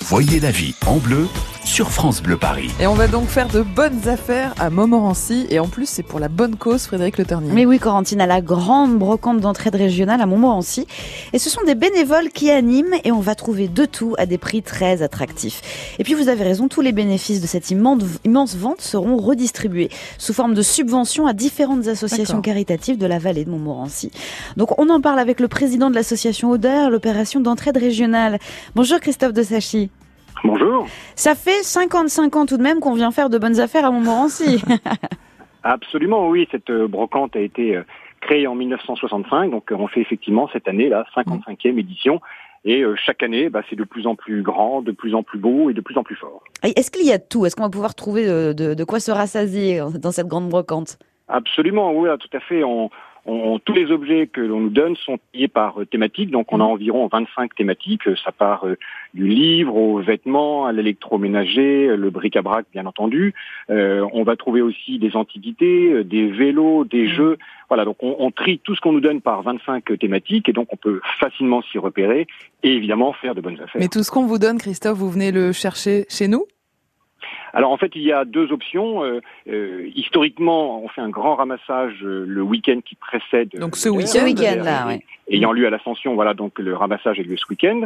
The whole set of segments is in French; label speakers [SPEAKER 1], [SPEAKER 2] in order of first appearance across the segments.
[SPEAKER 1] Voyez la vie en bleu sur France Bleu Paris.
[SPEAKER 2] Et on va donc faire de bonnes affaires à Montmorency. Et en plus, c'est pour la bonne cause, Frédéric Le Ternier.
[SPEAKER 3] Mais oui, Corentine, à la grande brocante d'entraide régionale à Montmorency. Et ce sont des bénévoles qui animent et on va trouver de tout à des prix très attractifs. Et puis, vous avez raison, tous les bénéfices de cette immense, immense vente seront redistribués sous forme de subventions à différentes associations
[SPEAKER 2] D'accord.
[SPEAKER 3] caritatives de la vallée de Montmorency. Donc, on en parle avec le président de l'association Odeur, l'opération d'entraide régionale. Bonjour Christophe de Sachy.
[SPEAKER 4] Bonjour.
[SPEAKER 3] Ça fait 55 ans tout de même qu'on vient faire de bonnes affaires à Montmorency.
[SPEAKER 4] Absolument, oui. Cette euh, brocante a été euh, créée en 1965, donc euh, on fait effectivement cette année la 55e édition. Et euh, chaque année, bah, c'est de plus en plus grand, de plus en plus beau et de plus en plus fort.
[SPEAKER 3] Et Est-ce qu'il y a de tout Est-ce qu'on va pouvoir trouver euh, de, de quoi se rassasier dans cette grande brocante
[SPEAKER 4] Absolument, oui, là, tout à fait. On- on- tous les objets que l'on nous donne sont liés par euh, thématique, donc on a environ 25 thématiques. Euh, Ça part euh, du livre aux vêtements, à l'électroménager, euh, le bric-à-brac, bien entendu. Euh, on va trouver aussi des antiquités, euh, des vélos, des jeux. Voilà, donc on, on trie tout ce qu'on nous donne par 25 thématiques et donc on peut facilement s'y repérer et évidemment faire de bonnes affaires.
[SPEAKER 2] Mais tout ce qu'on vous donne, Christophe, vous venez le chercher chez nous
[SPEAKER 4] Alors en fait, il y a deux options. Euh, euh, historiquement, on fait un grand ramassage euh, le week-end qui précède. euh,
[SPEAKER 2] Donc ce
[SPEAKER 4] le
[SPEAKER 2] week-end. Mm.
[SPEAKER 3] Ce week-end-là, oui.
[SPEAKER 4] ayant lieu à l'ascension, voilà, donc le ramassage a lieu ce week-end.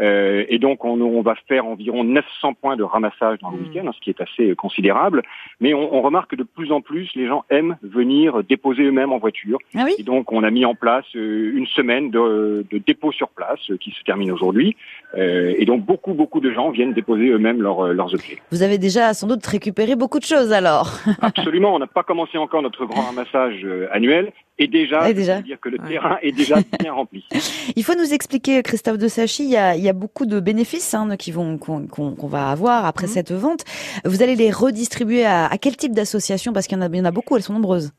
[SPEAKER 4] Euh, et donc on, on va faire environ 900 points de ramassage dans le
[SPEAKER 2] Mm.
[SPEAKER 4] week-end, hein, ce qui est assez euh, considérable. Mais on, on remarque que de plus en plus, les gens aiment venir déposer eux-mêmes en voiture.
[SPEAKER 3] Ah oui
[SPEAKER 4] Et donc on a mis en place euh, une semaine de, de dépôt sur place euh, qui se termine aujourd'hui. Euh, et donc beaucoup, beaucoup de gens viennent déposer eux-mêmes leurs, euh, leurs objets.
[SPEAKER 3] Vous avez déjà sans doute récupéré beaucoup de choses alors.
[SPEAKER 4] Absolument, on n'a pas commencé encore notre grand ramassage euh, annuel. Et déjà,
[SPEAKER 3] Et déjà.
[SPEAKER 4] je peux dire que le
[SPEAKER 2] Ouais.
[SPEAKER 4] terrain est déjà bien rempli.
[SPEAKER 3] Il faut nous expliquer, Christophe de Sachy, il y a, il y a beaucoup de bénéfices hein, qui vont qu'on qu'on- qu'on va avoir après
[SPEAKER 2] Mhm.
[SPEAKER 3] cette vente. Vous allez les redistribuer à, à quel type d'association Parce qu'il y, en a- il y en a beaucoup, elles sont nombreuses.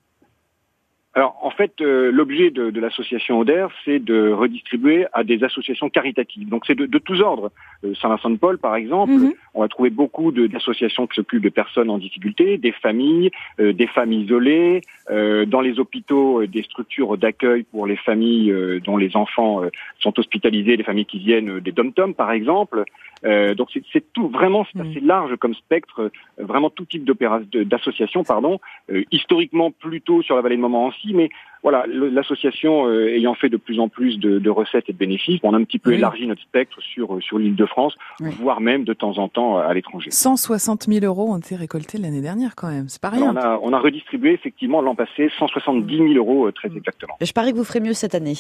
[SPEAKER 4] Alors en fait, euh, l'objet de, de l'association ODER, c'est de redistribuer à des associations caritatives. Donc c'est de, de tous ordres. Euh, Saint-Vincent-de-Paul, par exemple,
[SPEAKER 3] Mhm.
[SPEAKER 4] on va trouver beaucoup de- d'associations qui s'occupent de personnes en difficulté, des familles, euh, des familles isolées, euh, dans les hôpitaux, euh, des structures d'accueil pour les familles euh, dont les enfants euh, sont hospitalisés, les familles qui viennent euh, des dom-toms, par exemple. Euh, donc c'est- c'est tout vraiment c'est
[SPEAKER 2] Mhm.
[SPEAKER 4] assez large comme spectre, euh, vraiment tout type d'opéra- de- d'associations, pardon, euh, historiquement plutôt sur la vallée de Montmorency, mais voilà, le- l'association euh, ayant fait de plus en plus de, de recettes et de bénéfices, on a un petit peu
[SPEAKER 2] Oui.
[SPEAKER 4] élargi notre spectre sur, euh, sur l'île de France,
[SPEAKER 3] Oui.
[SPEAKER 4] voire même de temps en temps euh, à l'étranger.
[SPEAKER 2] 160 000 euros ont été récoltés l'année dernière quand même. C'est pas
[SPEAKER 4] Alors,
[SPEAKER 2] rien.
[SPEAKER 4] On a, on a redistribué effectivement l'an passé 170 000 euros euh, très
[SPEAKER 2] Mm.
[SPEAKER 4] exactement.
[SPEAKER 3] Je parie que vous ferez mieux cette année.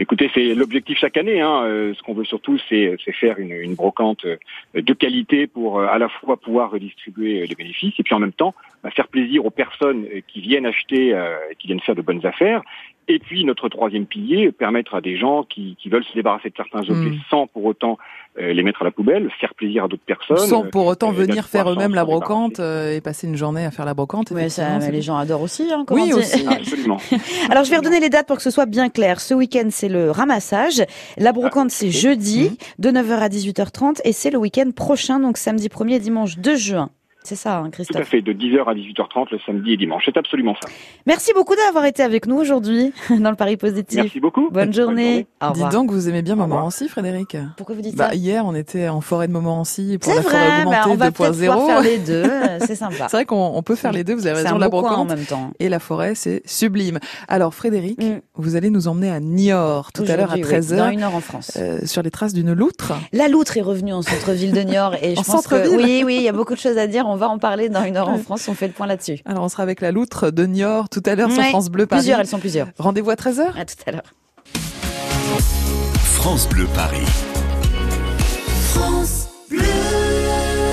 [SPEAKER 4] Écoutez, c'est l'objectif chaque année. Hein. Euh, ce qu'on veut surtout, c'est c'est faire une, une brocante euh, de qualité pour euh, à la fois pouvoir redistribuer euh, les bénéfices et puis en même temps bah, faire plaisir aux personnes euh, qui viennent acheter, euh, et qui viennent faire de bonnes affaires. Et puis notre troisième pilier, euh, permettre à des gens qui, qui veulent se débarrasser de certains objets sans pour autant euh, les mettre à la poubelle, faire plaisir à d'autres personnes.
[SPEAKER 2] Sans pour autant
[SPEAKER 4] euh,
[SPEAKER 2] venir
[SPEAKER 4] d'être
[SPEAKER 2] faire
[SPEAKER 4] croissant,
[SPEAKER 2] eux-mêmes la
[SPEAKER 4] s'en
[SPEAKER 2] brocante
[SPEAKER 4] débarrasser.
[SPEAKER 2] euh, et passer une journée à faire la brocante.
[SPEAKER 3] Ouais, ça,
[SPEAKER 2] effectivement, c'est
[SPEAKER 3] les gens adorent aussi. Hein,
[SPEAKER 2] Oui,
[SPEAKER 3] Corentine.
[SPEAKER 2] aussi.
[SPEAKER 4] Ah, Absolument.
[SPEAKER 3] Alors je vais redonner les dates pour que ce soit bien clair. Ce week-end c'est le ramassage.
[SPEAKER 4] Ah,
[SPEAKER 3] La brocante c'est
[SPEAKER 4] Mhm.
[SPEAKER 3] jeudi de 9h à 18h30 et c'est le week-end prochain donc samedi 1er et dimanche 2 juin. C'est ça, hein,
[SPEAKER 4] Tout à
[SPEAKER 3] Christophe.
[SPEAKER 4] fait, de 10h à 18h30 le samedi et dimanche. C'est absolument ça.
[SPEAKER 3] Merci beaucoup d'avoir été avec nous aujourd'hui dans le Paris Positif.
[SPEAKER 4] Merci beaucoup.
[SPEAKER 3] Bonne journée. Au
[SPEAKER 2] Dis
[SPEAKER 3] revoir.
[SPEAKER 2] donc, vous aimez bien
[SPEAKER 4] Au revoir.
[SPEAKER 2] Montmorency, Frédéric
[SPEAKER 3] Pourquoi vous dites
[SPEAKER 2] bah,
[SPEAKER 3] ça
[SPEAKER 2] Hier, on était en forêt de Montmorency pour
[SPEAKER 3] C'est
[SPEAKER 2] la forêt
[SPEAKER 3] vrai, bah, on
[SPEAKER 2] augmentée
[SPEAKER 3] va peut-être pouvoir
[SPEAKER 2] 2.0.
[SPEAKER 3] faire les deux. euh, C'est sympa.
[SPEAKER 2] C'est vrai qu'on on peut faire les deux, vous avez
[SPEAKER 3] C'est
[SPEAKER 2] raison,
[SPEAKER 3] un
[SPEAKER 2] la
[SPEAKER 3] beau coin hein. en
[SPEAKER 2] brocante
[SPEAKER 3] même temps.
[SPEAKER 2] et la forêt, c'est sublime. Alors Frédéric,
[SPEAKER 3] Mm.
[SPEAKER 2] vous allez nous emmener à Niort tout à l'heure à Euh.
[SPEAKER 3] Aujourd'hui, oui, Dans
[SPEAKER 2] 13h
[SPEAKER 3] une heure en France.
[SPEAKER 2] sur les traces d'une loutre.
[SPEAKER 3] La loutre est revenue en centre-ville de Niort et je
[SPEAKER 2] En
[SPEAKER 3] pense que
[SPEAKER 2] centre-ville
[SPEAKER 3] oui, oui, il y a beaucoup de choses à dire. On va en parler dans une heure en France. On fait le point là-dessus.
[SPEAKER 2] Alors on sera avec la loutre de Niort tout à l'heure sur
[SPEAKER 3] Ouais,
[SPEAKER 2] France Bleu Paris.
[SPEAKER 3] Plusieurs, elles sont plusieurs.
[SPEAKER 2] Rendez-vous à 13h
[SPEAKER 3] À tout à l'heure.
[SPEAKER 1] France Bleu Paris.
[SPEAKER 5] France